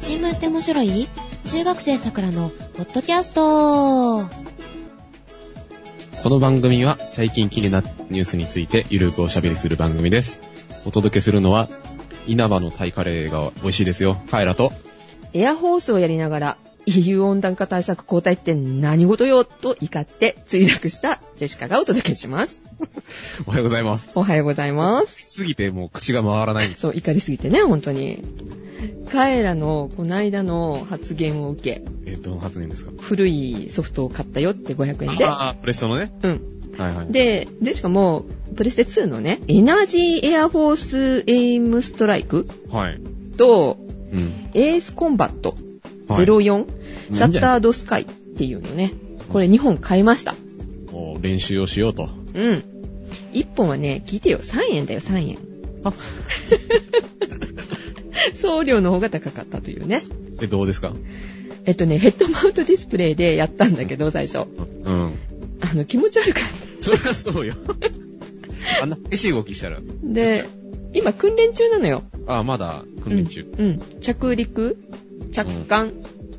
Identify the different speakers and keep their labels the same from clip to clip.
Speaker 1: 新聞って面白い中学生さくらのポッドキャスト
Speaker 2: この番組は最近気になったニュースについてゆるくおしゃべりする番組です。お届けするのは、稲葉のタイカレーが美味しいですよ。カエラと、
Speaker 3: エアホースをやりながら、EU 温暖化対策交代って何事よと怒って墜落したジェシカがお届けします。
Speaker 2: おはようございます。
Speaker 3: おはようございます。
Speaker 2: すぎてもう口が回らない。
Speaker 3: そう、怒りすぎてね、本当に。カエラのこないだの発言を受け、
Speaker 2: えー、どの発言ですか
Speaker 3: 古いソフトを買ったよって500円で。
Speaker 2: ああ、プレストのね。
Speaker 3: うん。
Speaker 2: はいはい。
Speaker 3: で、で、しかも、プレステ2のね、エナジーエアフォースエイムストライク
Speaker 2: はい。
Speaker 3: と、
Speaker 2: うん。
Speaker 3: エースコンバット
Speaker 2: はい
Speaker 3: 04、
Speaker 2: い
Speaker 3: シャッタードスカイっていうのね。これ2本買いました。
Speaker 2: もう練習をしようと。
Speaker 3: うん。一本はね、聞いてよ、3円だよ、3円。
Speaker 2: あ
Speaker 3: 送料の方が高かったというね。
Speaker 2: え、どうですか
Speaker 3: えっとね、ヘッドマウントディスプレイでやったんだけど、最初。
Speaker 2: うん。
Speaker 3: あの、気持ち悪かっ
Speaker 2: そりゃそうよ。あんな激しい動きしたら。
Speaker 3: た。で、今、訓練中なのよ。
Speaker 2: ああ、まだ訓練中。
Speaker 3: うん。うん。着陸着艦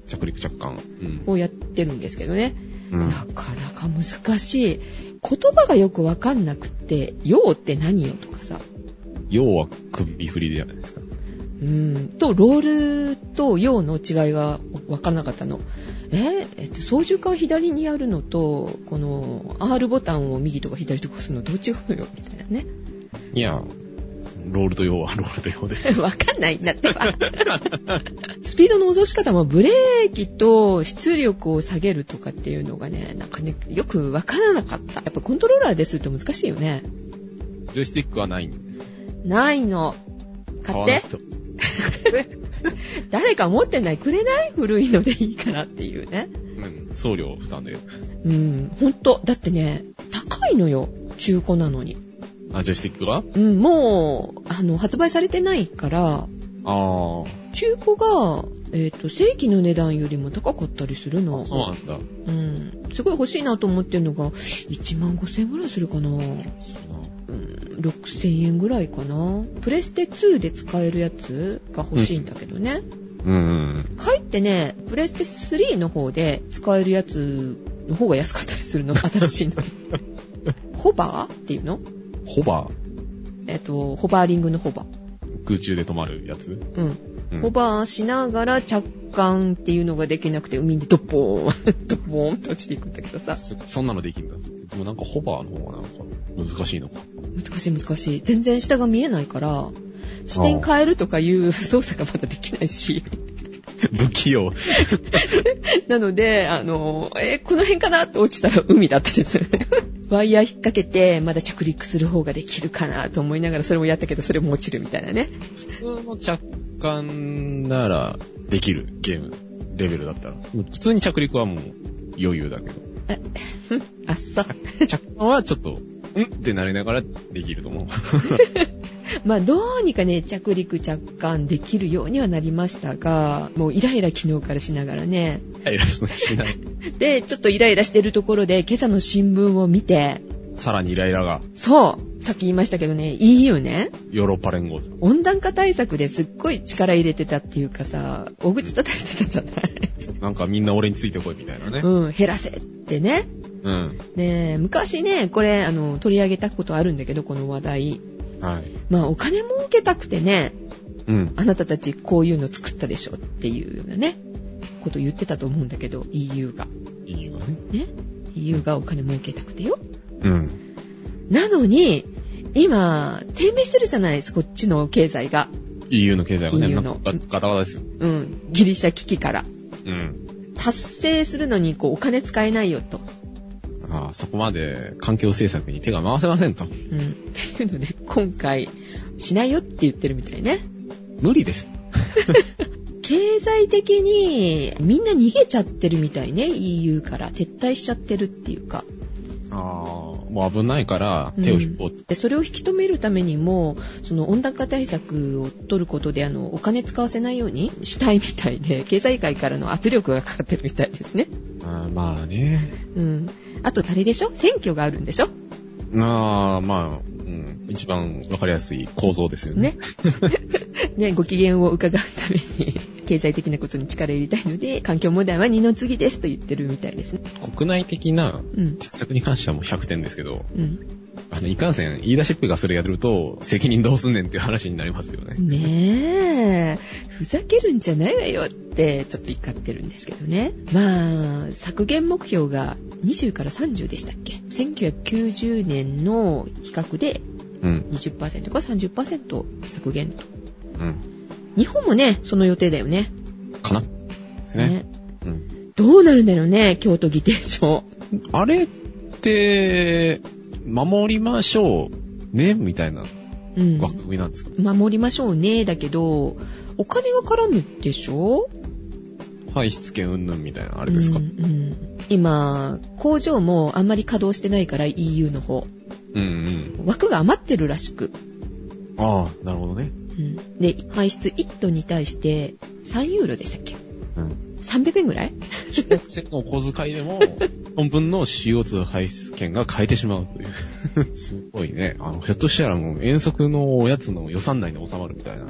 Speaker 2: 着陸着艦。うん。
Speaker 3: をやってるんですけどね。
Speaker 2: うん
Speaker 3: なかなか難しい。言葉がよくわかんなくて、用って何よとかさ。
Speaker 2: 要は首振りでやるんですか。
Speaker 3: うん、と、ロールと用の違いが分からなかったの。ええっと、操縦桿左にやるのと、この R ボタンを右とか左とか押すのどう違うのよみたいなね。
Speaker 2: いや、ロールと用はロ ールと用です。
Speaker 3: 分かんないんだってば。スピードの落とし方もブレーキと出力を下げるとかっていうのがね、なんかね、よく分からなかった。やっぱコントローラーですると難しいよね。
Speaker 2: ジョイスティックはないんです。
Speaker 3: ないの。買
Speaker 2: 買わ
Speaker 3: って。
Speaker 2: ない
Speaker 3: 誰か持ってないくれない古いのでいいからっていうね。
Speaker 2: とうん、送料負担で。
Speaker 3: うん、ほんと。だってね、高いのよ。中古なのに。
Speaker 2: あ、ジョイスティックが
Speaker 3: うん、もう、あの、発売されてないから、
Speaker 2: あ
Speaker 3: 中古が、えっ、と、正規の値段よりも高かったりするの
Speaker 2: あ、。そうなんだ。
Speaker 3: うん。すごい欲しいなと思ってるのが、1万5千円ぐらいするかな。うん、
Speaker 2: そうな
Speaker 3: 6千円ぐらいかな。プレステ2で使えるやつが欲しいんだけどね。
Speaker 2: うんうん。
Speaker 3: かえってね、プレステ3の方で使えるやつの方が安かったりするの、新しい のに。ホバーっていうの
Speaker 2: ホバ
Speaker 3: えっと、ホバーリングのホバー。
Speaker 2: ー空中で止まるやつ
Speaker 3: うん。
Speaker 2: うん
Speaker 3: ホバーしながら着艦っていうのができなくて、海にドッポーン、 ドッポーンと落ちていくんだけどさ。
Speaker 2: そそんなのできんだ。でもなんかホバーの方がなんか難しい のか。
Speaker 3: 難しい難しい。全然下が見えないから、視点変えるとかいう操作がまだできないし。
Speaker 2: 不器用。
Speaker 3: なので、あの、えーこの辺かなって落ちたら海だったですよね。 ワイヤー引っ掛けて、まだ着陸する方ができるかなと思いながら、それもやったけど、それも落ちるみたいなね。
Speaker 2: 普通の着艦ならできるゲームレベルだったら。普通に着陸はもう余裕だけ ど。
Speaker 3: あっさ。
Speaker 2: 着艦はちょっと、うんってなりながらできると思う。
Speaker 3: まあ、どうにかね、着陸着艦できるようにはなりましたが、もうイライラ昨日からしながらね。
Speaker 2: イラストしない。
Speaker 3: で、ちょっとイライラしてるところで、今朝の新聞を見て、
Speaker 2: さらにイライラが、
Speaker 3: そう、さっき言いましたけどね、EU ね、
Speaker 2: ヨーロッパ連合。
Speaker 3: 温暖化対策ですっごい力入れてたっていうかさ、お口叩いてたじゃない
Speaker 2: なんかみんな俺についてこいみたいなね。
Speaker 3: うん、減らせってね。
Speaker 2: うん。
Speaker 3: ねえ昔ね、これ、あの、取り上げたことあるんだけど、この話題。
Speaker 2: はい。
Speaker 3: まあ、お金儲けたくてね、
Speaker 2: うん。
Speaker 3: あなたたちこういうの作ったでしょっていうようなね、こと言ってたと思うんだけど、EU が。
Speaker 2: いいわね。
Speaker 3: ね。EU がお金儲けたくてよ。
Speaker 2: うん。
Speaker 3: なのに、今、低迷してるじゃないですこっちの経済が。
Speaker 2: EU の経済がね、
Speaker 3: EU
Speaker 2: な
Speaker 3: の
Speaker 2: んかガタガタですよ。
Speaker 3: うん、ギリシャ危機から。
Speaker 2: うん。
Speaker 3: 達成するのに、こう、お金使えないよと。
Speaker 2: ああ、そこまで環境政策に手が回せませんと。
Speaker 3: うん。っていうので、今回、しないよって言ってるみたいね。
Speaker 2: 無理です。
Speaker 3: 経済的にみんな逃げちゃってるみたいね EU から撤退しちゃってるっていうか
Speaker 2: ああ、もう危ないから手を引こう。
Speaker 3: でそれを引き止めるためにもその温暖化対策を取ることであのお金使わせないようにしたいみたいで 経済界からの圧力がかかってるみたいですね
Speaker 2: ああまあね。
Speaker 3: うんあとあれでしょ選挙があるんでしょ
Speaker 2: ああ、まあ、うん。一 番わかりやすい構造ですよね。
Speaker 3: ねねご機嫌を伺うために経済的なことに力を入れたいので、環境問題は二の次ですと言ってるみたいですね。
Speaker 2: 国内的な
Speaker 3: うん。
Speaker 2: 対策に関してはもう100点ですけど、
Speaker 3: うん。
Speaker 2: あの、いかんせん、言い出しっぺがそれやると、責任どうすんねんっていう話になりますよね。
Speaker 3: ねえ、ふざけるんじゃないわよって、ちょっと怒ってるんですけどね。まあ、削減目標が20から30でしたっけ ?1990 年の比較で
Speaker 2: うん。
Speaker 3: 20%から30%削減と。
Speaker 2: うん。
Speaker 3: 日本もね、その予定だよね。
Speaker 2: かなですね。
Speaker 3: ね
Speaker 2: うん。
Speaker 3: どうなるんだろうね、京都議定書。
Speaker 2: あれって、守りましょう。ねみたいな
Speaker 3: うん。
Speaker 2: 枠組みなんですか、
Speaker 3: 守りましょうね、だけど、お金が絡むでしょ
Speaker 2: 排出権云々みたいな、あ
Speaker 3: あ
Speaker 2: れですか
Speaker 3: うんうん今、工場もあんまり稼働してないから EU の方。
Speaker 2: うんうん。
Speaker 3: 枠が余ってるらしく。
Speaker 2: ああ、なるほどね。
Speaker 3: うんで、排出1トンに対して3ユーロでしたっけ
Speaker 2: うん。
Speaker 3: 300円ぐらい
Speaker 2: 小学生のお小遣い でも、本分の CO2 排出権が変えてしまうという。 すごいね。あの、ひょっとしたらもう遠足のおやつの予算内に収まるみたいな。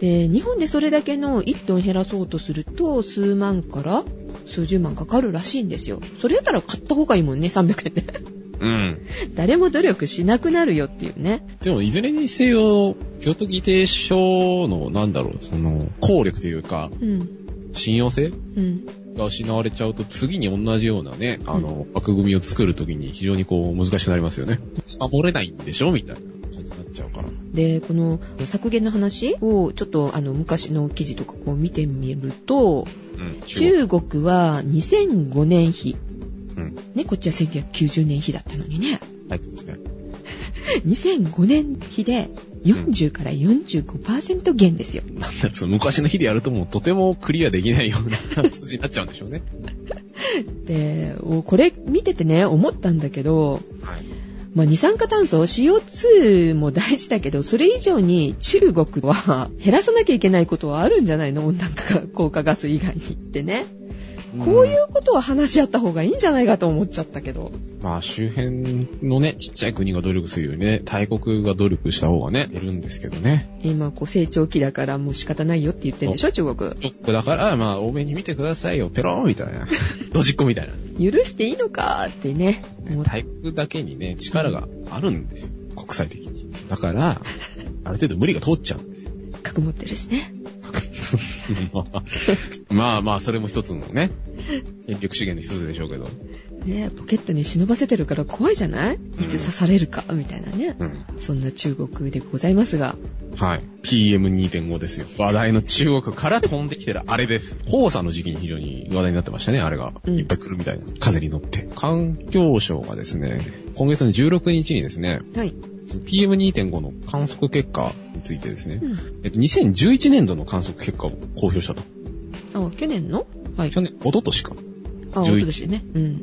Speaker 3: で、日本でそれだけの1トン減らそうとすると、数万から数十万かかるらしいんですよ。それやったら買った方がいいもんね、300円で。
Speaker 2: うん。
Speaker 3: 誰も努力しなくなるよっていうね。
Speaker 2: でも、いずれにせよ、京都議定書の、なんだろう、その、効力というか、
Speaker 3: うん。
Speaker 2: 信用性
Speaker 3: うん。
Speaker 2: が失われちゃうと、次に同じようなね、あの、枠組みを作るときに非常にこう、難しくなりますよね。守れないんでしょみたいな感じになっちゃうから。
Speaker 3: で、この削減の話をちょっとあの昔の記事とかこう見てみると、
Speaker 2: うん。
Speaker 3: 中国は2005年比。
Speaker 2: うん。
Speaker 3: ね、こっちは1990年比だったのにね。
Speaker 2: タイプですね。
Speaker 3: 2005年比で40から45%減ですよ。
Speaker 2: なんだろうその昔の日でやるともうとてもクリアできないような数字になっちゃうんでしょうね。
Speaker 3: で、おこれ見ててね、思ったんだけど、
Speaker 2: はい。
Speaker 3: まあ、二酸化炭素、CO2 も大事だけど、それ以上に中国は減らさなきゃいけないことはあるんじゃないの温暖化効果ガス以外にってね。こういうことは話し合った方がいいんじゃないかと思っちゃったけど。
Speaker 2: まあ周辺のね、ちっちゃい国が努力するよりね、大国が努力した方がね、いるんですけどね。
Speaker 3: 今、こう成長期だからもう仕方ないよって言ってるんでしょ、中国。
Speaker 2: だから、まあ多めに見てくださいよ、ペローンみたい な。ドジっ子みたいな。
Speaker 3: 許していいのかってね。思っ
Speaker 2: 大国だけにね、力があるんですよ。国際的に。だから、ある程度無理が通っちゃ うんですよ。
Speaker 3: 核持ってるしね。
Speaker 2: まあまあ、それも一つのね、権力資源の一つでしょうけど。
Speaker 3: ねポケットに忍ばせてるから怖いじゃないいつ刺されるか、みたいなね。
Speaker 2: うん。
Speaker 3: そんな中国でございますが。
Speaker 2: はい。PM2.5 ですよ。話題の中国から飛んできてるあれです。黄砂の時期に非常に話題になってましたね、あれが。
Speaker 3: うん
Speaker 2: いっぱい来るみたいな。風に乗って。環境省がですね、今月の16日にですね、
Speaker 3: はい。
Speaker 2: その PM2.5 の観測結果についてですね、
Speaker 3: うん。
Speaker 2: えっと、2011年度の観測結果を公表したと。
Speaker 3: あ、去年のはい。
Speaker 2: 去年、一昨年か。
Speaker 3: あ、お
Speaker 2: 11
Speaker 3: ととしね。うん。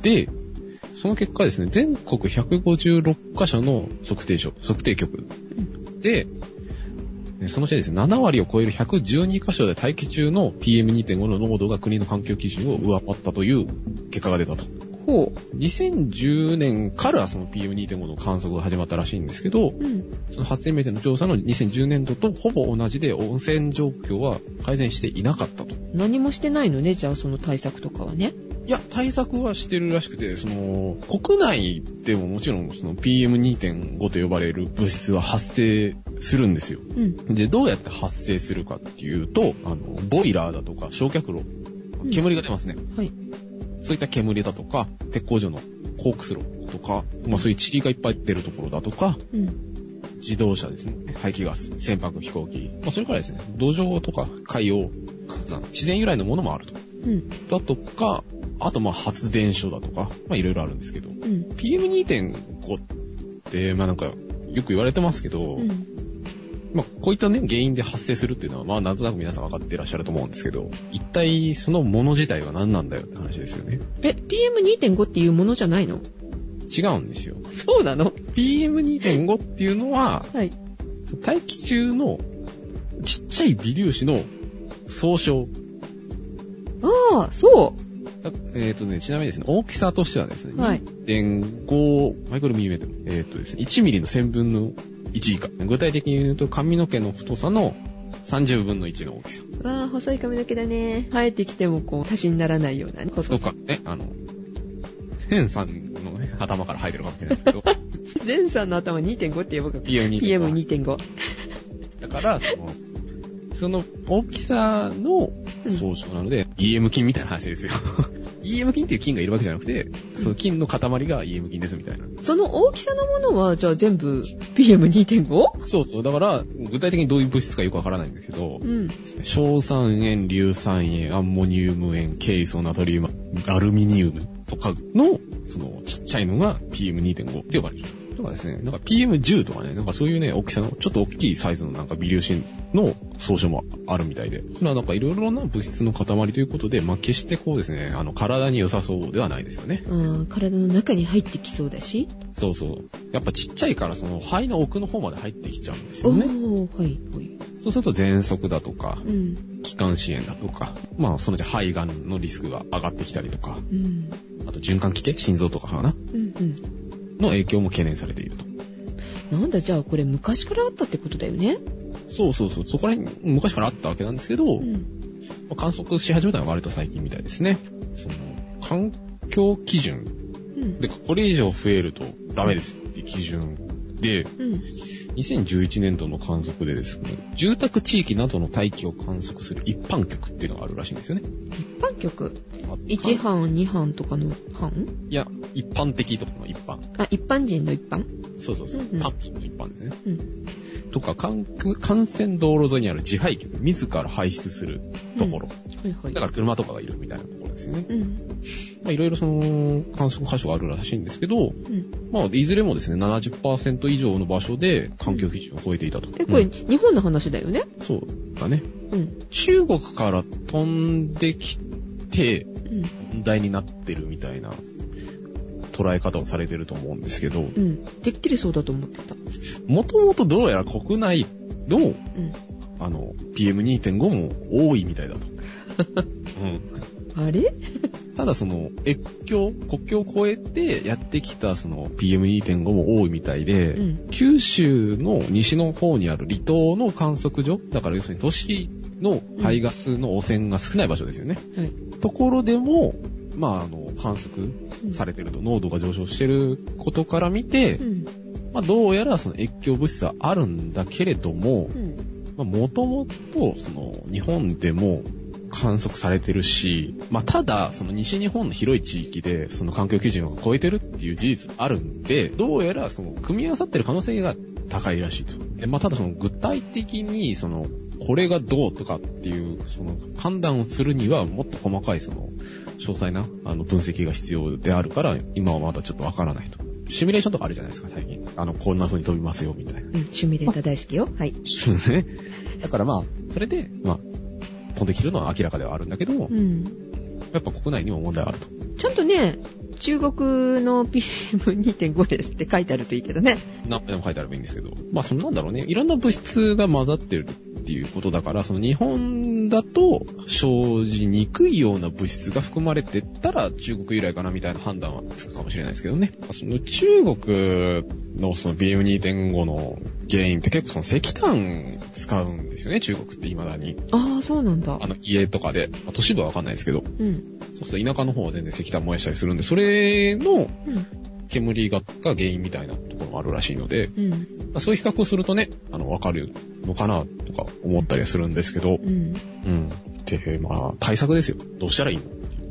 Speaker 2: で、その結果ですね、全国156カ所の測定所、測定局で、えそのうちですね、7割を超える112カ所で大気中の PM2.5 の濃度が国の環境基準を上回ったという結果が出たと。
Speaker 3: ほ
Speaker 2: 2010年からその PM2.5 の観測が始まったらしいんですけど、
Speaker 3: う。うん。
Speaker 2: その初めての調査の2010年度とほぼ同じで温泉状況は改善していなかったと。
Speaker 3: 何もしてないのね、じゃあその対策とかはね。
Speaker 2: いや、対策はしてるらしくて、その、国内でももちろん、その PM2.5 と呼ばれる物質は発生するんですよ。
Speaker 3: うん。
Speaker 2: で、どうやって発生するかっていうと、あの、ボイラーだとか、焼却炉、
Speaker 3: うん
Speaker 2: 煙が出ますね。
Speaker 3: はい。
Speaker 2: そういった煙だとか、鉄工所のコークス炉とか、まあそういう塵がいっぱい出るところだとか、
Speaker 3: うん。
Speaker 2: 自動車ですね、排気ガス、船舶飛行機、まあそれからですね、土壌とか海洋、火山自然由来のものもあると。
Speaker 3: うん。
Speaker 2: だとか、あとまあ発電所だとか、まあいろいろあるんですけど、
Speaker 3: うん。
Speaker 2: PM2.5 って、まあなんか、よく言われてますけど、
Speaker 3: うん。
Speaker 2: まあこういったね、原因で発生するっていうのは、まあなんとなく皆さん分かっていらっしゃると思うんですけど、一体そのもの自体は何なんだよって話ですよね。
Speaker 3: え、PM2.5 っていうものじゃないの
Speaker 2: 違うんですよ。
Speaker 3: そうなの
Speaker 2: PM2.5 っていうのは、
Speaker 3: はい。
Speaker 2: 大気中のちっちゃい微粒子の総称。
Speaker 3: ああ、そ
Speaker 2: だえっ、とね、ちなみにですね、大きさとしてはですね、
Speaker 3: う。はい。
Speaker 2: 0.5マイクロミリメートル。えーっ、とですね、1ミリの1000分の1以下。具体的に言うと髪の毛の太さの30分の1の大きさ。
Speaker 3: わあ、細い髪の毛だね。生えてきてもこう、足しにならないような、ね、
Speaker 2: ど
Speaker 3: 細
Speaker 2: っかね、あの、天さんのね、頭から生えてるかもしれないですけ ど、
Speaker 3: 全さんの頭2.5って呼ぶか。
Speaker 2: PM2.5
Speaker 3: PM2.5。
Speaker 2: だから、その、その大きさの
Speaker 3: うん
Speaker 2: 総称なので、EM 菌みたいな話ですよ。EM 菌っていう菌がいるわけじゃなくて、その菌の塊が EM 菌ですみたいな。
Speaker 3: その大きさのものは、じゃあ全部 PM2.5?
Speaker 2: そうそう。だから、具体的にどういう物質かよくわからないんですけど
Speaker 3: う、ん。
Speaker 2: 硝酸塩、硫酸塩、アンモニウム塩、ケイ素、ナトリウム、アルミニウムとかの、その、ちっちゃいのが PM2.5 って呼ばれる。だからですね、なんか PM10 とかね、なんかそういうね、大きさの、ちょっと大きいサイズのなんか微粒子の総称もあるみたいで。まあなんかいろいろな物質の塊ということで、まあ決してこうですね、あの、体に良さそうではないですよね。
Speaker 3: あー体の中に入ってきそうだし。
Speaker 2: そうそう。やっぱちっちゃいからその肺の奥の方まで入ってきちゃうんです
Speaker 3: お
Speaker 2: よね。
Speaker 3: ー、はい、はい。
Speaker 2: そうすると喘息だとか、
Speaker 3: うん。
Speaker 2: 気管支炎だとか、まあそのうち肺がんのリスクが上がってきたりとか、
Speaker 3: うん。
Speaker 2: あと循環器系、心臓とかかな、
Speaker 3: うん、うん。
Speaker 2: の影響も懸念されていると。
Speaker 3: なんだ、じゃあこれ昔からあったってことだよね。
Speaker 2: そうそうそう、そこら辺昔からあったわけなんですけど、
Speaker 3: うん。
Speaker 2: まあ観測し始めたのは割と最近みたいですね。その、環境基準。
Speaker 3: うん。
Speaker 2: で、これ以上増えるとダメですっていう基準で、
Speaker 3: うん。
Speaker 2: 2011年度の観測でですね、住宅地域などの大気を観測する一般局っていうのがあるらしいんですよね。
Speaker 3: 一般局。1班、2班とかの班
Speaker 2: いや、一般的とかの一般。
Speaker 3: あ、一般人の一般
Speaker 2: そうそうそう。
Speaker 3: うんうん
Speaker 2: パッキンの一般ですね。
Speaker 3: うん。
Speaker 2: とか、環幹線道路沿いにある自排気、自ら排出するところ。
Speaker 3: はいはい。
Speaker 2: だから車とかがいるみたいなところですよね。
Speaker 3: うん。
Speaker 2: まあいろいろその、観測箇所があるらしいんですけど、
Speaker 3: うん。
Speaker 2: まあいずれもですね、70%以上の場所で環境基準を超えていたと。
Speaker 3: え、これ、
Speaker 2: うん
Speaker 3: 日本の話だよね
Speaker 2: そうだね。
Speaker 3: うん。
Speaker 2: 中国から飛んできて、
Speaker 3: うん。
Speaker 2: 問題になってるみたいな捉え方をされてると思うんですけど、
Speaker 3: うん。てっきりそうだと思ってた。
Speaker 2: もともとどうやら国内の
Speaker 3: うん。
Speaker 2: あの、PM2.5 も多いみたい だと。うん、
Speaker 3: あれ
Speaker 2: ただその、越境、国境を越えてやってきたその PM2.5 も多いみたいで、
Speaker 3: うん
Speaker 2: 九州の西の方にある離島の観測所、だから要するに都市の排ガスの汚染が少ない場所ですよね。
Speaker 3: はい。
Speaker 2: ところでも、まあ、あの、観測されてると濃度が上昇してることから見て、
Speaker 3: うん。
Speaker 2: まあ、どうやらその越境物質はあるんだけれども、
Speaker 3: うん。
Speaker 2: もともと、その、日本でも観測されてるし、まあ、ただ、その西日本の広い地域で、その環境基準を超えてるっていう事実あるんで、どうやら、その、組み合わさってる可能性が高いらしいと。で、まあ、ただその、具体的に、その、これがどうとかっていう、その、判断をするには、もっと細かい、その、詳細な、あの、分析が必要であるから、今はまだちょっとわからないと。シミュレーションとかあるじゃないですか、最近。あの、こんな風に飛びますよ、みたいな。
Speaker 3: うん。シミュレーター大好きよ。はい。
Speaker 2: そうですね。だからまあ、それで、まあ、飛んできてるのは明らかではあるんだけども、
Speaker 3: うん。
Speaker 2: やっぱ国内にも問題はあると。
Speaker 3: ちゃんとね、中国の PM2.5 ですって書いてあるといいけどね。
Speaker 2: 何回でも書いてあればいいんですけど、まあそんなんだろうね。いろんな物質が混ざってるっていうことだから、その日本だと生じにくいような物質が含まれてたら中国由来かなみたいな判断はつくかもしれないですけどね。その中国のその BM2.5 の原因って結構その石炭使うんですよね、中国って未だに。
Speaker 3: ああ、そうなんだ
Speaker 2: あ。の家とかで。まあ都市部はわかんないですけど。
Speaker 3: うん。
Speaker 2: そうすると田舎の方は全然石炭燃やしたりするんで、それの
Speaker 3: うん。
Speaker 2: 煙がが原因みたいなところもあるらしいので、
Speaker 3: うん。
Speaker 2: まあそういう比較をするとね、あの、わかるのかなとか思ったりはするんですけど、
Speaker 3: うん。
Speaker 2: うん。で、まあ、対策ですよ。どうしたらいいの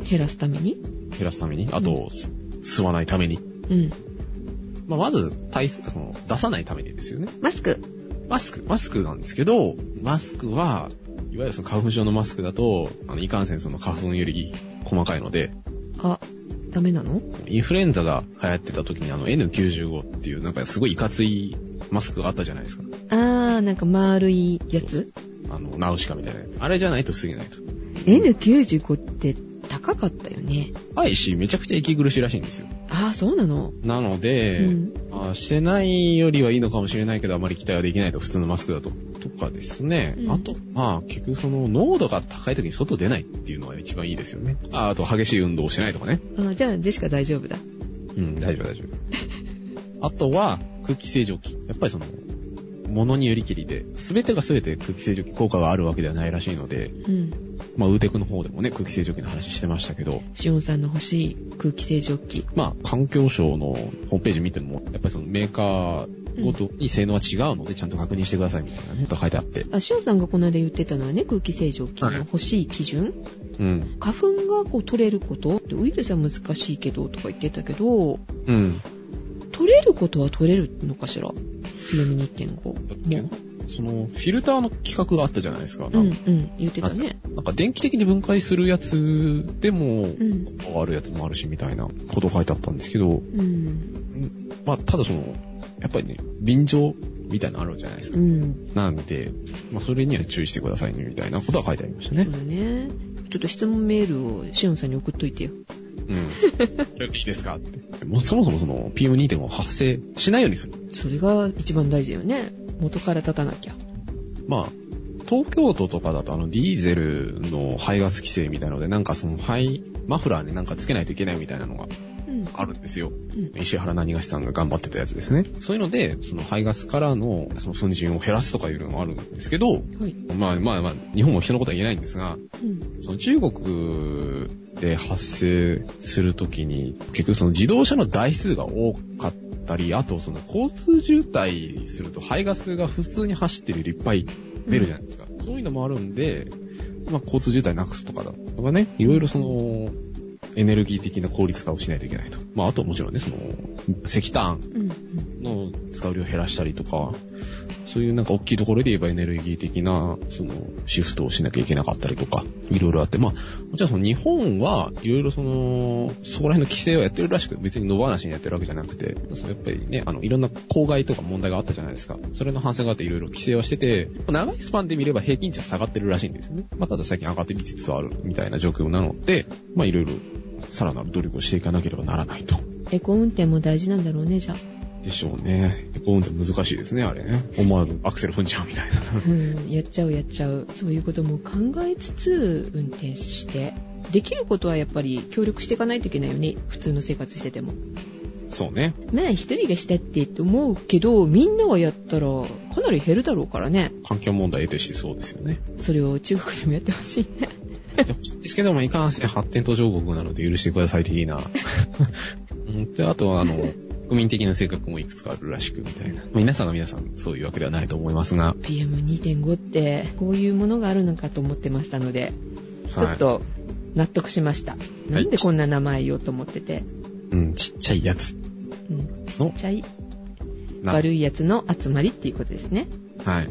Speaker 3: 減らすために
Speaker 2: 減らすために、あと、す吸わないために。
Speaker 3: うん。
Speaker 2: まあ、まず、対策、その、出さないためにですよね。
Speaker 3: マスク。
Speaker 2: マスク、マスクなんですけど、マスクは、いわゆるその花粉症のマスクだと、あの、いかんせんその花粉より細かいので、
Speaker 3: あ、ダメなの
Speaker 2: インフルエンザが流行ってた時にあの N95 っていうなんかすごいいかついマスクがあったじゃないですか。
Speaker 3: あー、なんか丸いや
Speaker 2: そ
Speaker 3: つ
Speaker 2: あの、ナウシカみたいなやつ。あれじゃないと防げないと。
Speaker 3: ?N95 って高かったよね。
Speaker 2: 高いし、めちゃくちゃ息苦しいらしいんですよ。
Speaker 3: あー、そうなの、
Speaker 2: なので、
Speaker 3: うん。
Speaker 2: まあしてないよりはいいのかもしれないけど、あまり期待はできないと、普通のマスクだと。とかですね。
Speaker 3: うん
Speaker 2: あと、まあ、結局その、濃度が高い時に外出ないっていうのが一番いいですよね。ああと、激しい運動をしないとかね。
Speaker 3: あーじゃあ、ジェシカ大丈夫だ。
Speaker 2: うん、大丈夫、大丈夫。あとは、空気清浄機。やっぱりその、ものによりきりで、すべてがすべて空気清浄機効果があるわけではないらしいので、
Speaker 3: うん。
Speaker 2: まあ、ウーテクの方でもね、空気清浄機の話してましたけど、
Speaker 3: シオンさんの欲しい空気清浄機。
Speaker 2: まあ、環境省のホームページ見ても、やっぱりそのメーカーごとに性能は違うので、ちゃんと確認してくださいみたいなね、こと書いてあって。
Speaker 3: あ、シオンさんがこの間言ってたのはね、空気清浄機の欲しい基準。
Speaker 2: うん。
Speaker 3: 花粉がこう取れること。でウイルスは難しいけど、とか言ってたけど、
Speaker 2: うん。
Speaker 3: 取れることは取れるのかしら ?PM2.5。も
Speaker 2: その、フィルターの規格があったじゃないですか。
Speaker 3: う。う、
Speaker 2: なん
Speaker 3: うん
Speaker 2: か、
Speaker 3: ん。言ってたね。
Speaker 2: なんか電気的に分解するやつでも、
Speaker 3: うん。
Speaker 2: こうあるやつもあるし、みたいなこと書いてあったんですけど、
Speaker 3: うん。
Speaker 2: まあ、ただその、やっぱりね、便乗みたいなのあるじゃないですか。
Speaker 3: うん。
Speaker 2: なんで、まあ、それには注意してくださいね、みたいなことは書いてありました
Speaker 3: そ
Speaker 2: ね
Speaker 3: う。だね。ちょっと質問メールをシオンさんに送っといてよ。
Speaker 2: うん。それでいいですかって。もうそもそもその PM2.5 発生しないようにする。
Speaker 3: それが一番大事だよね。元から立たなきゃ。
Speaker 2: まあ、東京都とかだとあのディーゼルの排ガス規制みたいなので、なんかその排、マフラーになんかつけないといけないみたいなのが
Speaker 3: うん。
Speaker 2: あるんですよ。
Speaker 3: うん
Speaker 2: 石原何がしさんが頑張ってたやつですね。そういうので、その排ガスからのその粉塵を減らすとかいうのもあるんですけど、
Speaker 3: はい。
Speaker 2: まあまあまあ、日本も人のことは言えないんですが、
Speaker 3: うん。
Speaker 2: その中国で発生するときに、結局その自動車の台数が多かったり、あとその交通渋滞すると排ガスが普通に走ってるよりいっぱい出るじゃないですか。そういうのもあるんで、まあ交通渋滞なくすとかだとかね、いろいろその、エネルギー的な効率化をしないといけないと。まああともちろんね、その、石炭
Speaker 3: うん。
Speaker 2: の使う量を減らしたりとか、そういうなんか大きいところで言えばエネルギー的な、その、シフトをしなきゃいけなかったりとか、いろいろあって、まあ、もちろんその日本はいろいろその、そこら辺の規制をやってるらしく、別に野放しにやってるわけじゃなくて、そのやっぱりね、あの、いろんな公害とか問題があったじゃないですか。それの反省があっていろいろ規制はしてて、長いスパンで見れば平均値は下がってるらしいんですよね。まあ、ただ最近上がってきつつあるみたいな状況なので、まあ、いろいろ、さらなる努力をしていかなければならないと。
Speaker 3: エコ運転も大事なんだろうね、じゃあ。
Speaker 2: でしょうね。エコ運転難しいですね、あれね。思わずアクセル踏んじゃうみたいな。
Speaker 3: うん。やっちゃうやっちゃう。そういうことも考えつつ、運転して。できることはやっぱり協力していかないといけないよね。普通の生活してても。
Speaker 2: そうね。
Speaker 3: ねえ一人がしたってって思うけど、みんながやったらかなり減るだろうからね。
Speaker 2: 環境問題得てしてそうですよね。
Speaker 3: それを中国でもやってほしいね。
Speaker 2: でですけども、いかんせん発展途上国なので許してください的な。うんで、あとは、あの、国民的な性格もいくつかあるらしくみたいな。まあ皆さんが皆さんそういうわけではないと思いますが、
Speaker 3: PM2.5 ってこういうものがあるのかと思ってましたので、ちょっ
Speaker 2: は
Speaker 3: と納得しました。なんでこんな名前よと思ってて。
Speaker 2: い。うん、ちっちゃいやつ
Speaker 3: うん。
Speaker 2: の、
Speaker 3: ちゃい
Speaker 2: な
Speaker 3: 悪いやつの集まりっていうことですね。
Speaker 2: はい。
Speaker 3: はい。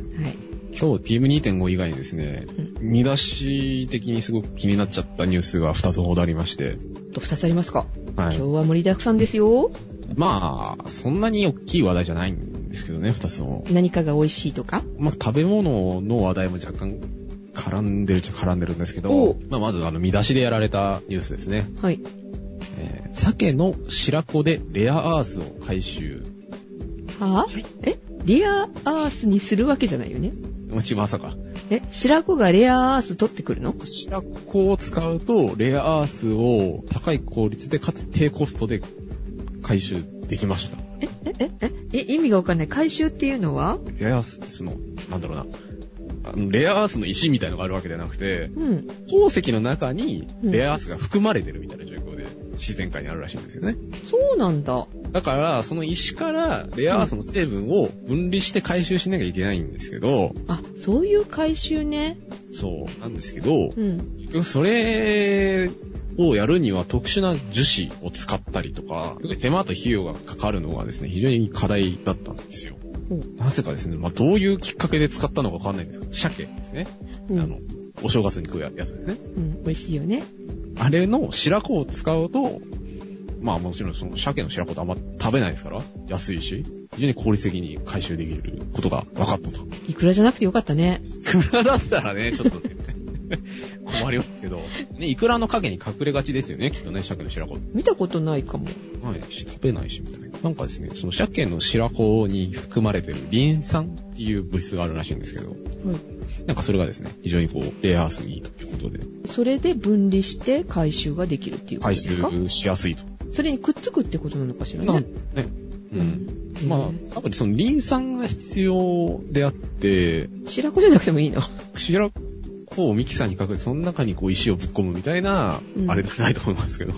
Speaker 2: 今日 PM2.5 以外にですね、見出し的にすごく気になっちゃったニュースが2つほどありまして、
Speaker 3: と2つありますか、
Speaker 2: はい。
Speaker 3: 今日は盛りだくさんですよ。
Speaker 2: まあ、そんなに大きい話題じゃないんですけどね、二つとも。
Speaker 3: 何かが美味しいとか。
Speaker 2: まあ、食べ物の話題も若干絡んでるっちゃ絡んでるんですけ
Speaker 3: おう
Speaker 2: ど、まあ、まずあの、見出しでやられたニュースですね。
Speaker 3: はい。
Speaker 2: えー鮭の白子でレアアースを回収。
Speaker 3: はぁ、えレアアースにするわけじゃないよね。
Speaker 2: うちまさか。
Speaker 3: え白子がレアアース取ってくるの
Speaker 2: 白子を使うと、レアアースを高い効率で、かつ低コストで回収できました。
Speaker 3: えええええ意味がわかんない。回収っていうのは
Speaker 2: レアアースってその、なんだろうな。あのレアアースの石みたいのがあるわけじゃなくて、
Speaker 3: うん。
Speaker 2: 鉱石の中にレアアースが含まれてるみたいな状況で自然界にあるらしいんですよね。
Speaker 3: そうなんだ。
Speaker 2: だから、その石からレアアースの成分を分離して回収しなきゃいけないんですけど、
Speaker 3: あ、そういう回収ね。
Speaker 2: そうなんですけど、
Speaker 3: うん。
Speaker 2: 結局それをやるには特殊な樹脂を使ったりとか、手間と費用がかかるのがですね、非常に課題だったんですよ
Speaker 3: ほ。
Speaker 2: なぜかですね、まあ、どういうきっかけで使ったのかわかんないんですけど、鮭ですね。
Speaker 3: うん
Speaker 2: あの、お正月に食うやつですね。
Speaker 3: うん、美味しいよね。
Speaker 2: あれの白子を使うと、まあもちろんその鮭の白子ってあんま食べないですから、安いし、非常に効率的に回収できることが分かったと。
Speaker 3: いくらじゃなくてよかったね。
Speaker 2: いくらだったら ね、ちょっとね、困りますけど、ね、いくらの影に隠れがちですよね、きっとね、鮭の白子。
Speaker 3: 見たことないかも。
Speaker 2: ないし、食べないし、みたいな。なんかですね、その鮭の白子に含まれてるリン酸っていう物質があるらしいんですけど、なんかそれがですね、非常にこう、レアアースにいいということで、
Speaker 3: それで分離して回収ができるっていうこ
Speaker 2: 回
Speaker 3: とですか
Speaker 2: 収しやすいと。
Speaker 3: それにくっつくってことなのかしら
Speaker 2: なん
Speaker 3: ね
Speaker 2: ね。うん。まあ、多分そのリン酸が必要であって、
Speaker 3: 白子じゃなくてもいいの。
Speaker 2: 白子をミキサーにかけて、その中にこう石をぶっ込むみたいな
Speaker 3: う、ん
Speaker 2: あれじゃないと思いますけど。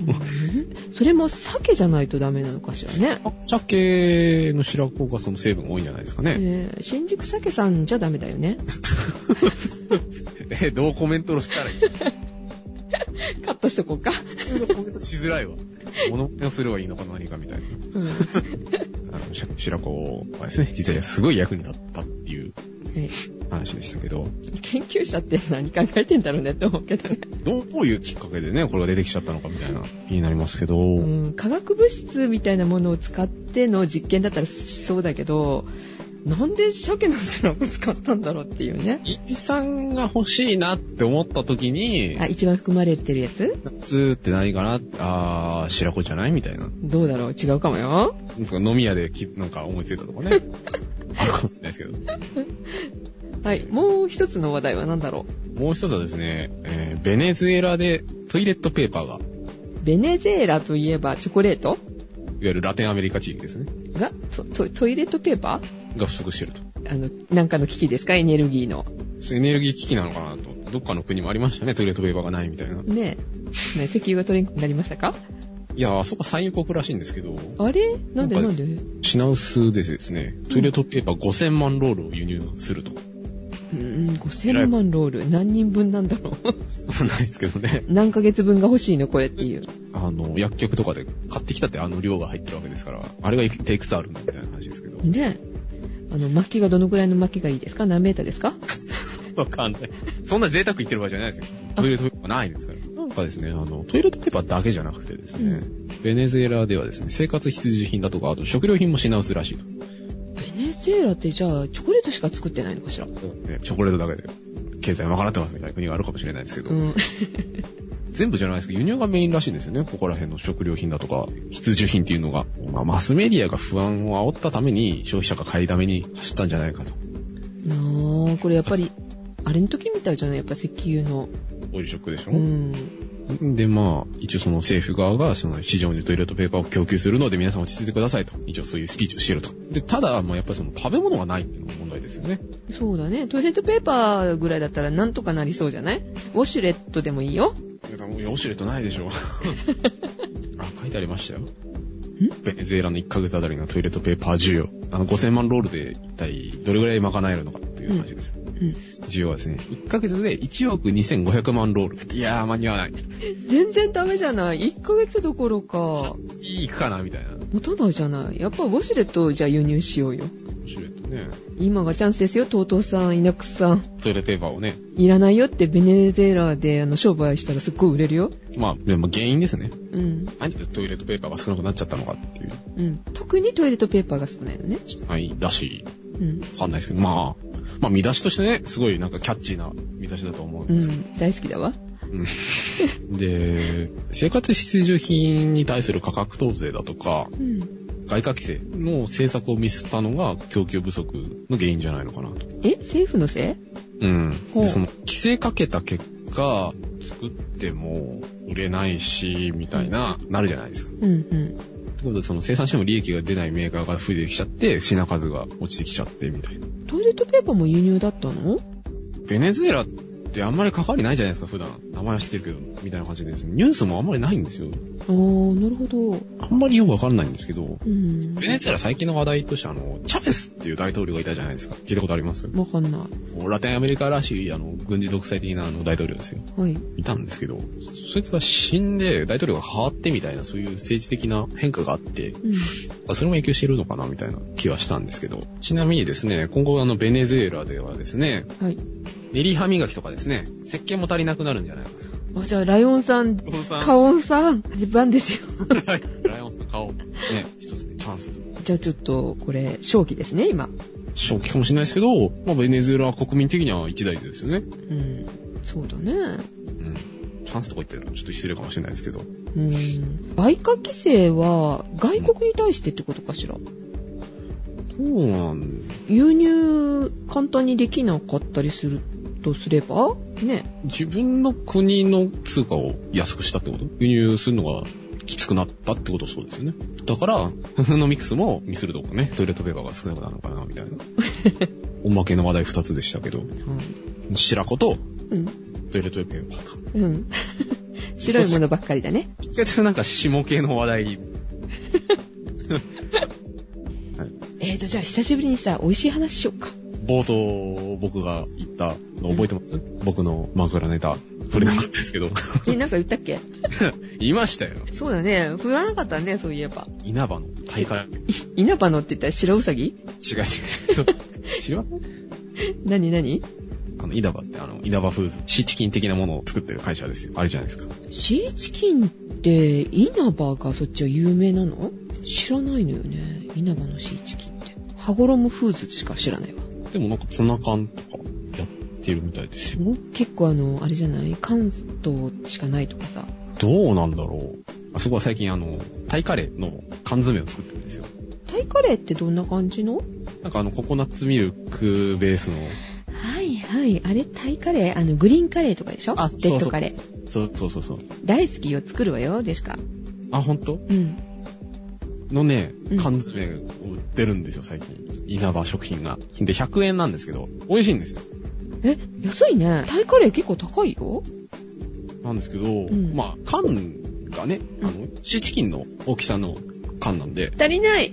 Speaker 3: それも鮭じゃないとダメなのかしらね。
Speaker 2: 鮭の白子がその成分多いんじゃないですかね。
Speaker 3: ねえ新宿鮭さんじゃダメだよね。
Speaker 2: え、どうコメントをしたらいい
Speaker 3: カットしとこうか。
Speaker 2: コメントしづらいわ。物をすればいいのか何かみたいな。
Speaker 3: うん。は
Speaker 2: あのし白子はですね、実はすごい役に立ったっていう
Speaker 3: い
Speaker 2: 話でしたけど、
Speaker 3: 研究者って何考えてんだろうねって思うけどね。
Speaker 2: どういうきっかけでね、これが出てきちゃったのかみたいな気になりますけど、
Speaker 3: うん、化学物質みたいなものを使っての実験だったらしそうだけど、なんで鮭の白子使ったんだろうっていうね。
Speaker 2: イン酸が欲しいなって思った時に
Speaker 3: あ、、一番含まれてるやつ
Speaker 2: ツーってないかなあー、白子じゃないみたいな。
Speaker 3: どうだろう違うかもよ。
Speaker 2: なんか飲み屋できなんか思いついたとかね。あるかもしれないですけど。
Speaker 3: はい、もう一つの話題は何だろ
Speaker 2: もう一つはですね、えーベネズエラでトイレットペーパーが、いわ
Speaker 3: う。ベネズエラといえばチョコレート
Speaker 2: ゆるラテンアメリカ地域ですね、
Speaker 3: がトトトイレットペーパ
Speaker 2: が不足してると。
Speaker 3: ーあの、なんかの危機ですかエネルギーの。
Speaker 2: そういうエネルギー危機なのかなと。どっかの国もありましたね、トイレットペーパーがないみたいな。い
Speaker 3: ねえ。ね石油が取れなくなりましたか
Speaker 2: や、あそこ産油国らしいんですけど、
Speaker 3: あれなんで
Speaker 2: な
Speaker 3: なんん
Speaker 2: か
Speaker 3: で
Speaker 2: 品薄でですね、トイレットペーパー5000万ロールを輸入すると。
Speaker 3: うん、5000万ロール。何人分なんだろう。
Speaker 2: ないですけどね。
Speaker 3: 何ヶ月分が欲しいのこれっていう。
Speaker 2: あの、薬局とかで買ってきたってあの量が入ってるわけですから、あれがいくいくつあるんだみたいな話ですけど。
Speaker 3: ねあの、薪がどのくらいの薪がいいですか何メーターですか
Speaker 2: わかんない。そんな贅沢言ってる場合じゃないですよ。トイレットペーパーないですから。なんかですね、あの、トイレットペーパーだけじゃなくてですね、
Speaker 3: う
Speaker 2: ベネズエラではですね、生活必需品だとか、あと食料品も品薄らしいと。
Speaker 3: ベネズエラってじゃあ、チョコレートしか作ってないのかしらう
Speaker 2: ねチョコレートだけで経済賄ってますみたいな国があるかもしれないですけど、
Speaker 3: ん。
Speaker 2: 全部じゃないですけど、輸入がメインらしいんですよね。ここら辺の食料品だとか、必需品っていうのが。まあ、マスメディアが不安を煽ったために、消費者が買いだめに走ったんじゃないかと。
Speaker 3: なあこれやっぱり、あれの時みたいじゃないやっぱ石油の。
Speaker 2: オイルショックでしょ、
Speaker 3: うん。
Speaker 2: で、まあ、一応その政府側が、その市場にトイレットペーパーを供給するので皆さん落ち着いてくださいと。一応そういうスピーチをしてると。で、ただ、まあやっぱりその食べ物がないっていうのも問題ですよね。
Speaker 3: そうだね。トイレットペーパーぐらいだったらなんとかなりそうじゃないウォシュレットでもいいよ。
Speaker 2: だからもう、 いやオシュレットないでしょ。あ、書いてありましたよ。ベネズエラの1ヶ月あたりのトイレットペーパー需要。あの、5000万ロールで一体どれぐらい賄えるのかっていう話ですよ。
Speaker 3: うん。
Speaker 2: 需要はですね、1ヶ月で1億2500万ロール。いやー、間に合わない。
Speaker 3: 全然ダメじゃない。1ヶ月どころか。
Speaker 2: 次行くかな、みたいな。
Speaker 3: 持たないじゃない。やっぱウォシュレットをじゃあ輸入しようよ。
Speaker 2: オシュレットね。
Speaker 3: 今がチャンスですよ、トートーさん、イナクさん。
Speaker 2: トイレットペーパーをね。
Speaker 3: いらないよってベネズエラであの商売したらすっごい売れるよ。
Speaker 2: まあ、でも原因ですね。
Speaker 3: うん。
Speaker 2: 何でトイレットペーパーが少なくなっちゃったのかっていう、
Speaker 3: うん。特にトイレットペーパーが少ないのね。
Speaker 2: はい、らしい。
Speaker 3: うん。
Speaker 2: わかんないですけど、まあ、まあ見出しとしてね、すごいなんかキャッチーな見出しだと思うん
Speaker 3: う
Speaker 2: ですけど。
Speaker 3: ん。大好きだわ。
Speaker 2: うん で、生活必需品に対する価格統税だとか、
Speaker 3: うん。
Speaker 2: 外貨規制の政策をミスったのが供給不足の原因じゃないのかなと。
Speaker 3: え政府のせい
Speaker 2: うん。
Speaker 3: ほう
Speaker 2: で、その、規制かけた結果、作っても売れないし、みたいな、なるじゃないですか。
Speaker 3: うんうん。
Speaker 2: ってことで、その生産しても利益が出ないメーカーが増えてきちゃって、品数が落ちてきちゃって、みたいな。
Speaker 3: トイレットペーパーも輸入だったの
Speaker 2: ベネズエラってあんまり関わりないじゃないですか、普段。名前は知ってるけど、みたいな感じでですね。ニュースもあんまりないんですよ。
Speaker 3: あー、なるほど。
Speaker 2: あんまりよくわかんないんですけど、
Speaker 3: うん。
Speaker 2: ベネズエラ最近の話題として、あの、チャベスっていう大統領がいたじゃないですか。聞いたことあります
Speaker 3: わかんな
Speaker 2: もうラテンアメリカらしい、あの、軍事独裁的なあの大統領ですよ。
Speaker 3: い。はい。
Speaker 2: いたんですけど、そいつが死んで、大統領が変わってみたいな、そういう政治的な変化があって、
Speaker 3: う
Speaker 2: あそれも影響してるのかなみたいな気はしたんですけど。ちなみにですね、今後あのベネズエラではですね、
Speaker 3: ん。はい。
Speaker 2: 練り歯磨きとかですね、石鹸も足りなくなるんじゃないか
Speaker 3: あ、じゃあ、ライオンさん、
Speaker 2: な。
Speaker 3: カオンさん、番ですよ。
Speaker 2: ライオンさん顔。ね、一つね、チャンス。
Speaker 3: じゃあちょっと、これ、正気ですね、今。
Speaker 2: 正気かもしれないですけど、まあベネズエラは国民的には一大事ですよね。
Speaker 3: うん。そうだね。
Speaker 2: うん。チャンスとか言ってるのちょっと失礼かもしれないですけど。
Speaker 3: うん。外貨規制は、外国に対してってことかしら。
Speaker 2: そうなん
Speaker 3: 輸入、簡単にできなかったりするとすればね。
Speaker 2: 自分の国の通貨を安くしたってこと輸入するのがきつくなったってことそうですよね。だから、フフのミックスもミスルとかね、トイレットペーパーが少なくなるのかな、 みたいな。おまけの話題2つでしたけど、白子と
Speaker 3: うん。
Speaker 2: トイレットペーパーと。
Speaker 3: うん。白いものばっかりだね。
Speaker 2: どっちかっていうとなんか下系の話題。
Speaker 3: えーと、じゃあ久しぶりにさ、美味しい話しようか。
Speaker 2: 冒頭、僕が言ったの覚えてます、僕の枕ネタ。触れなかったですけ ど。
Speaker 3: え、なんか言ったっけ
Speaker 2: 言いましたよ。
Speaker 3: そうだね。振らなかったね、そういえば。
Speaker 2: 稲葉の大会。違う
Speaker 3: 稲葉のって言ったら白うさぎ
Speaker 2: 違う違う。知りません
Speaker 3: 何何
Speaker 2: あの、稲葉ってあの、稲葉フーズ、シーチキン的なものを作ってる会社ですよ。あれじゃないですか。
Speaker 3: シーチキンって、稲葉がそっちは有名なの知らないのよね。稲葉のシーチキンって。羽衣フーズしか知らないわ。
Speaker 2: でもなんかツナ缶とかやってるみたいですよ。
Speaker 3: 結構あの、あれじゃない関東しかないとかさ。
Speaker 2: どうなんだろう。あそこは最近あの、タイカレーの缶詰を作ってるんですよ。
Speaker 3: タイカレーってどんな感じの
Speaker 2: なんかあの、ココナッツミルクベースの、
Speaker 3: はいはい。あれ、タイカレー、あの、グリーンカレーとかでしょ
Speaker 2: あ
Speaker 3: レッドカレー。
Speaker 2: そうそうそうそう。
Speaker 3: 大好きよ、作るわよ、でしか。
Speaker 2: あ、ほんと
Speaker 3: うん。
Speaker 2: のね
Speaker 3: うん、
Speaker 2: 缶詰を売ってるんですよ、最近。稲葉食品が。で、100円なんですけど、美味しいんですよ。
Speaker 3: え、安いね。タイカレー結構高いよ。
Speaker 2: なんですけど、
Speaker 3: ん
Speaker 2: まあ、缶がね、あの、シーチキンの大きさの缶なんで、
Speaker 3: 足りない。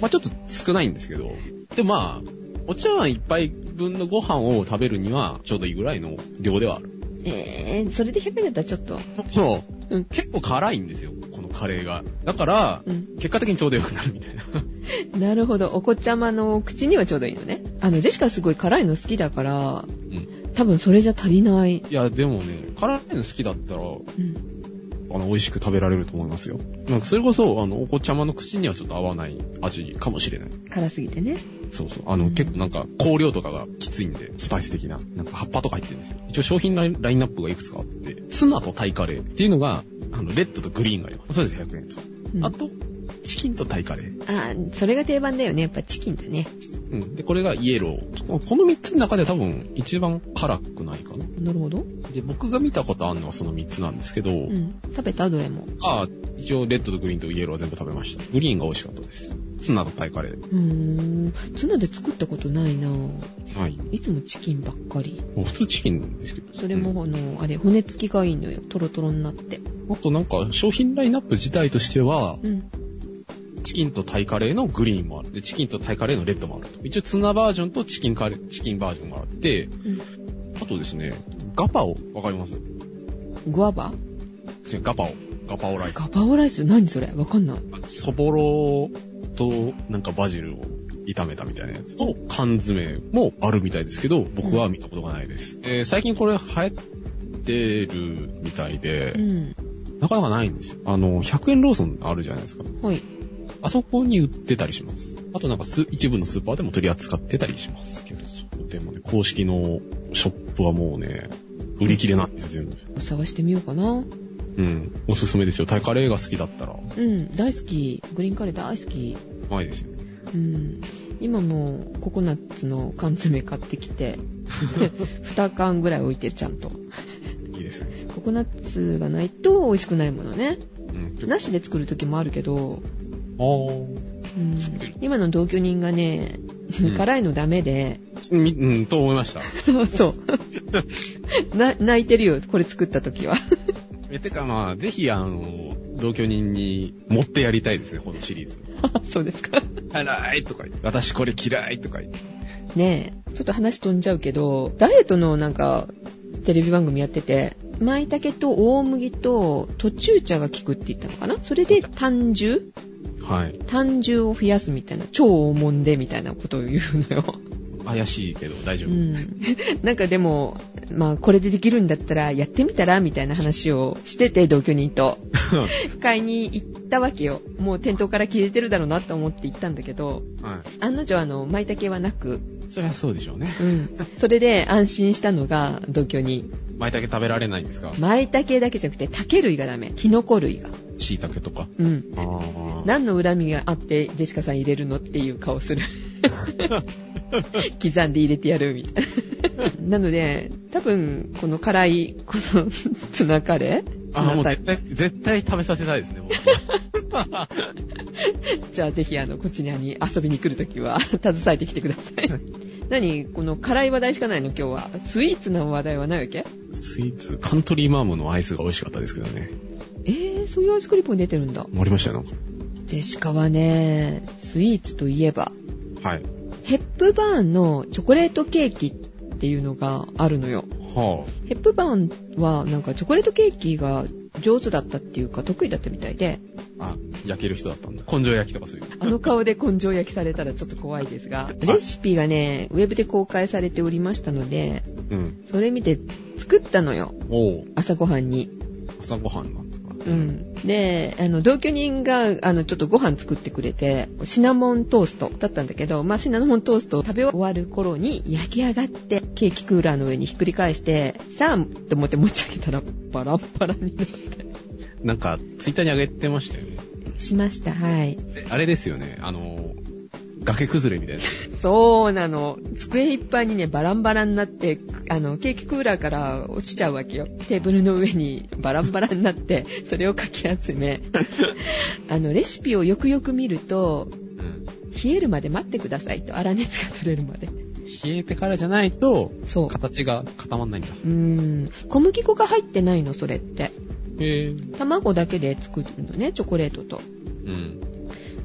Speaker 2: まあちょっと少ないんですけど、でまあ、お茶碗一杯分のご飯を食べるにはちょうどいいぐらいの量ではある。
Speaker 3: えー、それで100円だったらちょっと。
Speaker 2: そう。
Speaker 3: うん
Speaker 2: 結構辛いんですよ、このカレーが。だから、
Speaker 3: うん。
Speaker 2: 結果的に ちょうどよくなるみたいな。
Speaker 3: なるほど。お子ちゃまの口にはちょうどいいのね。あの、ジェシカすごい辛いの好きだから、
Speaker 2: ん
Speaker 3: 多分それじゃ足りない。
Speaker 2: いや、でもね、辛いの好きだったら、あ
Speaker 3: うん。
Speaker 2: の、美味しく食べられると思いますよ。なんかそれこそ、あの、お子ちゃまの口にはちょっと合わない味かもしれない。
Speaker 3: 辛すぎてね。
Speaker 2: そうそう。あ
Speaker 3: う
Speaker 2: の、
Speaker 3: ん
Speaker 2: 結構なんか、香料とかがきついんで、スパイス的な、なんか葉っぱとか入ってるんですよ。一応商品ラインラインナップがいくつかあって、ツナとタイカレーっていうのが、あの、レッドとグリーンがあります。それで100円と。
Speaker 3: うん
Speaker 2: あと、チキンとタイカレー。
Speaker 3: あ、それが定番だよね。やっぱチキンだね。
Speaker 2: うん。で、これがイエロー。この3つの中で多分、一番辛くないかな。
Speaker 3: なるほど。
Speaker 2: で、僕が見たことあるのはその3つなんですけど、
Speaker 3: うん。食べたどれも。
Speaker 2: ああ、一応、レッドとグリーンとイエローは全部食べました。グリーンが美味しかったです。ツナとタイカレ
Speaker 3: う
Speaker 2: ー。
Speaker 3: ーん。ツナで作ったことないなぁ。
Speaker 2: はい。
Speaker 3: いつもチキンばっかり。
Speaker 2: もう普通チキンなんですけど。
Speaker 3: それも、あの、あれ、骨付きがいいのよ。トロトロになって。
Speaker 2: あとなんか、商品ラインナップ自体としては、
Speaker 3: うん。
Speaker 2: チキンとタイカレーのグリーンもある。で、チキンとタイカレーのレッドもあると。一応ツナバージョンとチキンカレー、チキンバージョンがあって、
Speaker 3: う
Speaker 2: あとですね、ガパオ、わかります
Speaker 3: ん。グアバ
Speaker 2: 違うガパオ、ガパオライス。
Speaker 3: ガバオライス何それわかんない。
Speaker 2: そぼろとなんかバジルを炒めたみたいなやつと缶詰もあるみたいですけど、僕は見たことがないです。えー、最近これ流行ってるみたいで、
Speaker 3: うん。
Speaker 2: なかなかないんですよ。あの、100円ローソンあるじゃないですか。
Speaker 3: はい。
Speaker 2: あそこに売ってたりします。あとなんかす一部のスーパーでも取り扱ってたりしますけど、そうでもね、公式のショップはもうね、売り切れなんですよ、全部。
Speaker 3: 探してみようかな。
Speaker 2: うん。おすすめですよ。タイカレーが好きだったら、う
Speaker 3: うん。大好き。グリーンカレー大好き。
Speaker 2: まいですよ。
Speaker 3: うん。今もうココナッツの缶詰買ってきて、2缶ぐらい置いてる、ちゃんと。
Speaker 2: いいですね。
Speaker 3: ココナッツがないと美味しくないものね。
Speaker 2: うん。てか
Speaker 3: なしで作る時もあるけど、
Speaker 2: あー
Speaker 3: うん
Speaker 2: 作れる
Speaker 3: 今の同居人がね、
Speaker 2: うん
Speaker 3: 辛いのダ メで、
Speaker 2: みうん、と思いました。
Speaker 3: そう。 な泣いてるよ、これ作った時は。
Speaker 2: え、てかまあ、ぜひ、あの、同居人に持ってやりたいですね、このシリーズ。
Speaker 3: そうですか。
Speaker 2: 辛いとか言って、私これ嫌いとか言って。
Speaker 3: ねえ、ちょっと話飛んじゃうけど、ダイエットのなんか、テレビ番組やってて、舞茸と大麦と途中茶が効くって言ったのかなそれで単汁
Speaker 2: はい。
Speaker 3: 単汁を増やすみたいな、超大もんでみたいなことを言うのよ。
Speaker 2: 怪しいけど大丈
Speaker 3: う
Speaker 2: 夫。
Speaker 3: ん。 なんかでも、まあこれでできるんだったらやってみたらみたいな話をしてて、同居人と。買いに行ったわけよ。もう店頭から消えてるだろうなと思って行ったんだけど、
Speaker 2: は
Speaker 3: 案の定あの、舞茸はなく、
Speaker 2: い。そりゃそうでしょうね。
Speaker 3: うん。それで安心したのが同居人。
Speaker 2: 舞茸食べられないんですか
Speaker 3: 舞茸だけじゃなくて、竹類がダメ。キノコ類が。
Speaker 2: 椎茸とか。
Speaker 3: うん。
Speaker 2: あー
Speaker 3: 何の恨みがあって、ジェシカさん入れるのっていう顔する。刻んで入れてやるみたいな。なので、多分、この辛い、このツナカレー
Speaker 2: ああ、もう
Speaker 3: タイ
Speaker 2: 絶
Speaker 3: プ
Speaker 2: 対、絶対食べさせたいですね、僕
Speaker 3: じゃあぜひあの、こちらに遊びに来るときは、携えてきてください。何この辛い話題しかないの今日は。スイーツの話題はないわけ
Speaker 2: スイーツ、カントリーマームのアイスが美味しかったですけどね。
Speaker 3: えー、そういうアイスクリームが出てるんだ。
Speaker 2: 盛りましたよ、なん
Speaker 3: ジェシカはね、スイーツといえば、
Speaker 2: か。はい。
Speaker 3: ヘップバーンのチョコレートケーキっていうのがあるのよ。
Speaker 2: は
Speaker 3: ヘップバーンはなんかチョコレートケーキが上手だったっていうか得意だったみたいで、
Speaker 2: あ。あ、焼ける人だったんだ。根性焼きとかそういう。
Speaker 3: あの顔で根性焼きされたらちょっと怖いですが、レシピがね、ウェブで公開されておりましたので、
Speaker 2: うん。
Speaker 3: それ見て作ったのよ。
Speaker 2: おう
Speaker 3: 朝ごはんに。
Speaker 2: 朝ごはんが。
Speaker 3: う。ん。で、あの、同居人が、あの、ちょっとご飯作ってくれて、シナモントーストだったんだけど、まあ、シナモントーストを食べ終わる頃に焼き上がって、ケーキクーラーの上にひっくり返して、さあ、と思って持ち上げたら、バラッバラになって。
Speaker 2: なんか、ツイッターに上げてましたよね。
Speaker 3: しました、はい。
Speaker 2: であれですよね、あの、崖崩れみたいな。
Speaker 3: そうなの。机いっぱいにね、バランバラになって、あの、ケーキクーラーから落ちちゃうわけよ。テーブルの上にバランバラになって、それをかき集め。あの、レシピをよくよく見ると、
Speaker 2: うん。
Speaker 3: 冷えるまで待ってくださいと、粗熱が取れるまで。
Speaker 2: 冷えてからじゃないと、
Speaker 3: そう。
Speaker 2: 形が固まんないんだ。
Speaker 3: うーん。小麦粉が入ってないの、それって。
Speaker 2: へぇ。
Speaker 3: 卵だけで作るのね、チョコレートと。
Speaker 2: うん。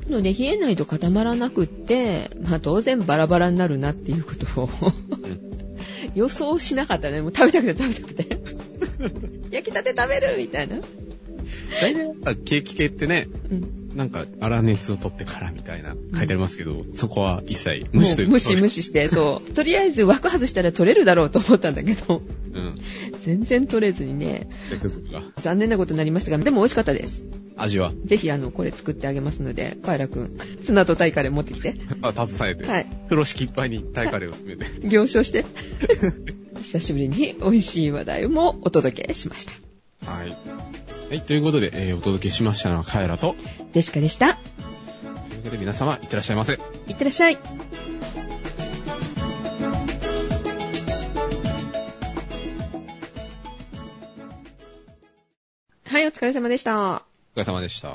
Speaker 3: なので、冷えないと固まらなくって、まあ当然バラバラになるなっていうことを 予想しなかったね。もう食べたくて食べたく て。焼きたて食べるみたいな。
Speaker 2: 大体やっぱケーキ系ってね、
Speaker 3: うん。
Speaker 2: なんか粗熱を取ってからみたいな書いてありますけど、そこは一切無視という
Speaker 3: もう無視無視して、そう。とりあえず枠外したら取れるだろうと思ったんだけど、
Speaker 2: うん。
Speaker 3: 全然取れずにね、
Speaker 2: で、くずが。
Speaker 3: 残念なことになりましたが、でも美味しかったです。
Speaker 2: 味は、
Speaker 3: ぜひ、あの、これ作ってあげますので、パイラくん、ツナとタイカレー持ってきて。
Speaker 2: あ、携えて。
Speaker 3: はい。
Speaker 2: 風呂敷いっぱいにタイカレーを詰めて。
Speaker 3: 行商 して。久しぶりに美味しい話題もお届けしました。
Speaker 2: はい。はい、ということで、えー、お届けしましたのはカエラと、
Speaker 3: ジェシカでした。
Speaker 2: ということで皆様、いってらっしゃいませ。
Speaker 3: いってらっしゃい。はい、お疲れ様でした。
Speaker 2: お疲れ様でした。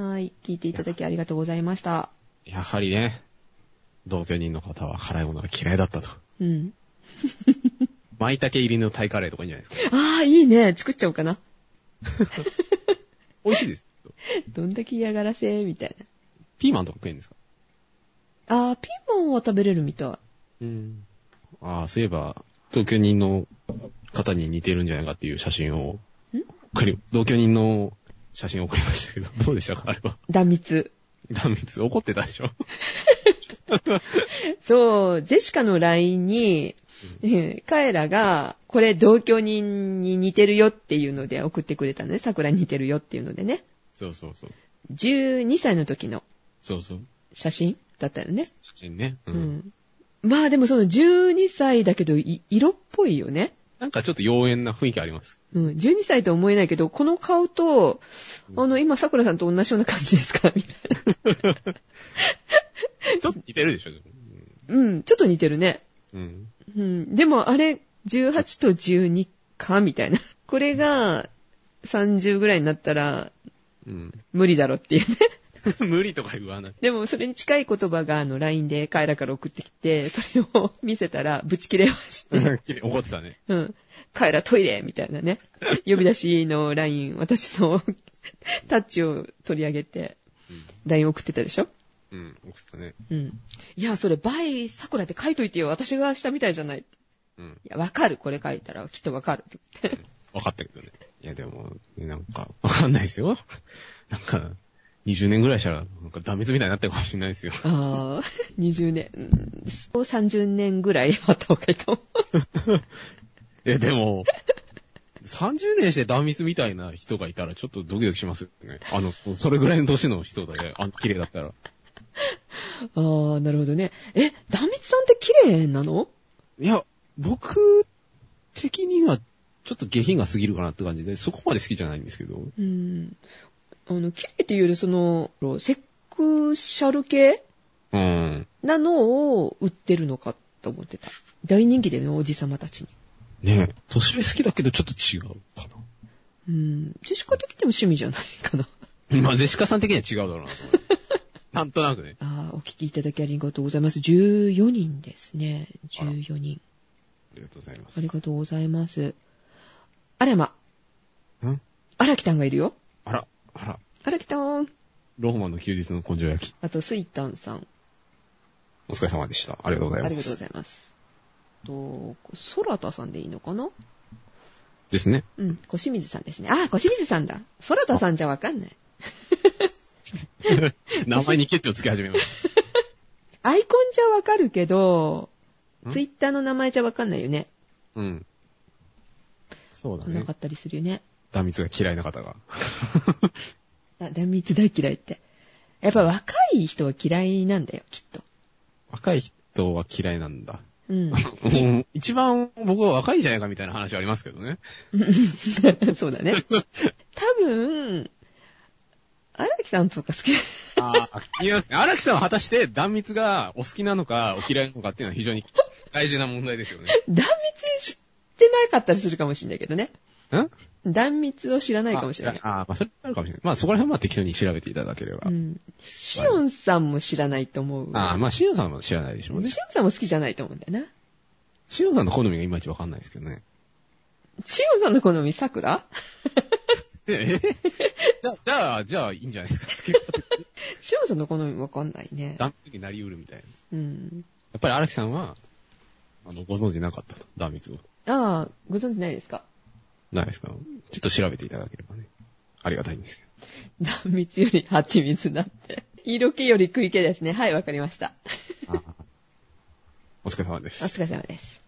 Speaker 3: はい、聞いていただきありがとうございました。
Speaker 2: やはりね、同居人の方は辛いものが嫌いだったと。
Speaker 3: うん。
Speaker 2: 舞茸入りのタイカレーとかいいんじゃないですか。
Speaker 3: ああ、いいね。作っちゃおうかな。
Speaker 2: 美味しいです。
Speaker 3: どんだけ嫌がらせ、みたいな。
Speaker 2: ピーマンとか食えんですか
Speaker 3: あー、ピーマンは食べれるみたい。
Speaker 2: うん。ああ、そういえば、同居人の方に似てるんじゃないかっていう写真を、送り、同居人の写真を送りましたけど、 どうでしたかあれは。
Speaker 3: 断蜜。
Speaker 2: 断密、怒ってたでしょ
Speaker 3: そう、ゼシカの LINE に、 彼らが、これ同居人に似てるよっていうので送ってくれたのね。桜に似てるよっていうのでね。
Speaker 2: そうそうそう。
Speaker 3: 12歳の時の
Speaker 2: そうそう。
Speaker 3: 写真だったよね。
Speaker 2: 写真ね。う。
Speaker 3: うんん。まあでもその12歳だけど、い色っぽいよね。
Speaker 2: なんかちょっと妖艶な雰囲気あります。
Speaker 3: うん。12歳とは思えないけど、この顔と、あの、今桜さんと同じような感じですかみたいな。
Speaker 2: ちょっと似てるでしょでも
Speaker 3: うん。ちょっと似てるね。
Speaker 2: うん。
Speaker 3: うん。でもあれ、18と12かみたいな。これが、30ぐらいになったら、
Speaker 2: うん。
Speaker 3: 無理だろっていうね。
Speaker 2: 無理とか言わ ない。
Speaker 3: でも、それに近い言葉が、あの、LINE でカエラから送ってきて、それを見せたら、ぶち切れまして。
Speaker 2: 怒ってたね。
Speaker 3: うん。カエラトイレみたいなね。呼び出しの LINE、私のタッチを取り上げて、LINE 送ってたでしょ
Speaker 2: うん、怒ってたね。
Speaker 3: うん。いや、それ、バイ、サクラって書いといてよ。私がしたみたいじゃない。い
Speaker 2: うん。
Speaker 3: や、わかる。これ書いたら、きっとわかる。
Speaker 2: 分かったけどね。いやでも、なんか、 わかんないですよ。なんか、20年ぐらいしたら、なんかダメズみたいになってるかもしれないですよ。
Speaker 3: ああ、20年、うん、そう30年ぐらい待った方がいいかも。
Speaker 2: え、でも、30年して断密みたいな人がいたらちょっとドキドキしますよね。あの、そそれぐらいの年の人だね。あの、綺麗だったら。
Speaker 3: ああ、なるほどね。え、ダミツさんって綺麗なの
Speaker 2: いや、僕的にはちょっと下品が過ぎるかなって感じで、そこまで好きじゃないんですけど。
Speaker 3: うん。あの、綺麗っていうより、その、セクシャル系
Speaker 2: うん。
Speaker 3: なのを売ってるのかと思ってた。大人気だよね、おじさまたちに。
Speaker 2: ねえ、年上好きだけどちょっと違うかな。
Speaker 3: うん。ジェシカ的にも趣味じゃないかな。
Speaker 2: まあ、ゼシカさん的には違うだろうなと思 う。なんとなくね。
Speaker 3: あーお聞きいただきありがとうございます。14人ですね。14人。
Speaker 2: ありがとうございま
Speaker 3: あ
Speaker 2: す。
Speaker 3: りがとうございます。あらま、
Speaker 2: ん
Speaker 3: 荒木たんがいるよ。
Speaker 2: あら、あら、
Speaker 3: 荒木たん。
Speaker 2: ローマの休日の根性焼き。
Speaker 3: あと、スイタンさん。
Speaker 2: お疲れ様でした。ありがとうございます。
Speaker 3: ありがとうございます。と、ソラタさんでいいのかな
Speaker 2: です ね。
Speaker 3: うん、小清水さんですね。あ、小清水さんだ。ソラタさんじゃわかんない。
Speaker 2: 名前にケチをつけ始めまし
Speaker 3: アイコンじゃわかるけど、
Speaker 2: ん
Speaker 3: ツイッターの名前じゃわかんないよね。
Speaker 2: た。 うん。そうだ
Speaker 3: 来な
Speaker 2: ね
Speaker 3: か。ったりするよね。
Speaker 2: 断密が嫌いな方が。
Speaker 3: あ、断密大嫌いって。やっぱ若い人は嫌いなんだよ、きっと。
Speaker 2: 若い人は嫌いなんだ。
Speaker 3: うん。
Speaker 2: うん一番僕は若いじゃないかみたいな話はありますけどね。
Speaker 3: そうだね。多分、荒木さんとか好きだ。
Speaker 2: ああ、いや、荒木さんは果たして断密がお好きなのかお嫌いなのかっていうのは非常に大事な問題です よね。
Speaker 3: 断密してなかったりするかもしれないけどね。
Speaker 2: ん
Speaker 3: 断密を知らないかもしれない。
Speaker 2: あ、あまあ、それあるかもしれない。まあ、そこら辺は適当に調べていただければ。
Speaker 3: うん。シオンさんも知らないと思う。
Speaker 2: ああ、まあ、シオンさんは知らないでし
Speaker 3: シ
Speaker 2: ょ
Speaker 3: オ
Speaker 2: う
Speaker 3: ン
Speaker 2: ね。
Speaker 3: さんも好きじゃないと思うんだよな。
Speaker 2: シオンさんの好みがいまいちわかんないですけどね。
Speaker 3: シオンさんの好み、桜
Speaker 2: え じゃあ、じゃあ、じゃあ、いいんじゃないですか。
Speaker 3: シオンさんの好みわかんないね。
Speaker 2: 断密になりうるみたいな。や
Speaker 3: うん。
Speaker 2: っぱり荒木さんは、あの、ご存知なかったと。断密を。
Speaker 3: ああ、ご存知ないですか
Speaker 2: ないですかちょっと調べていただければね。ありがたいんですけど。
Speaker 3: 断蜜より蜂蜜だって。色気より食い気ですね。はい、わかりました。
Speaker 2: お疲れ様で
Speaker 3: お
Speaker 2: す。
Speaker 3: 疲れ様です。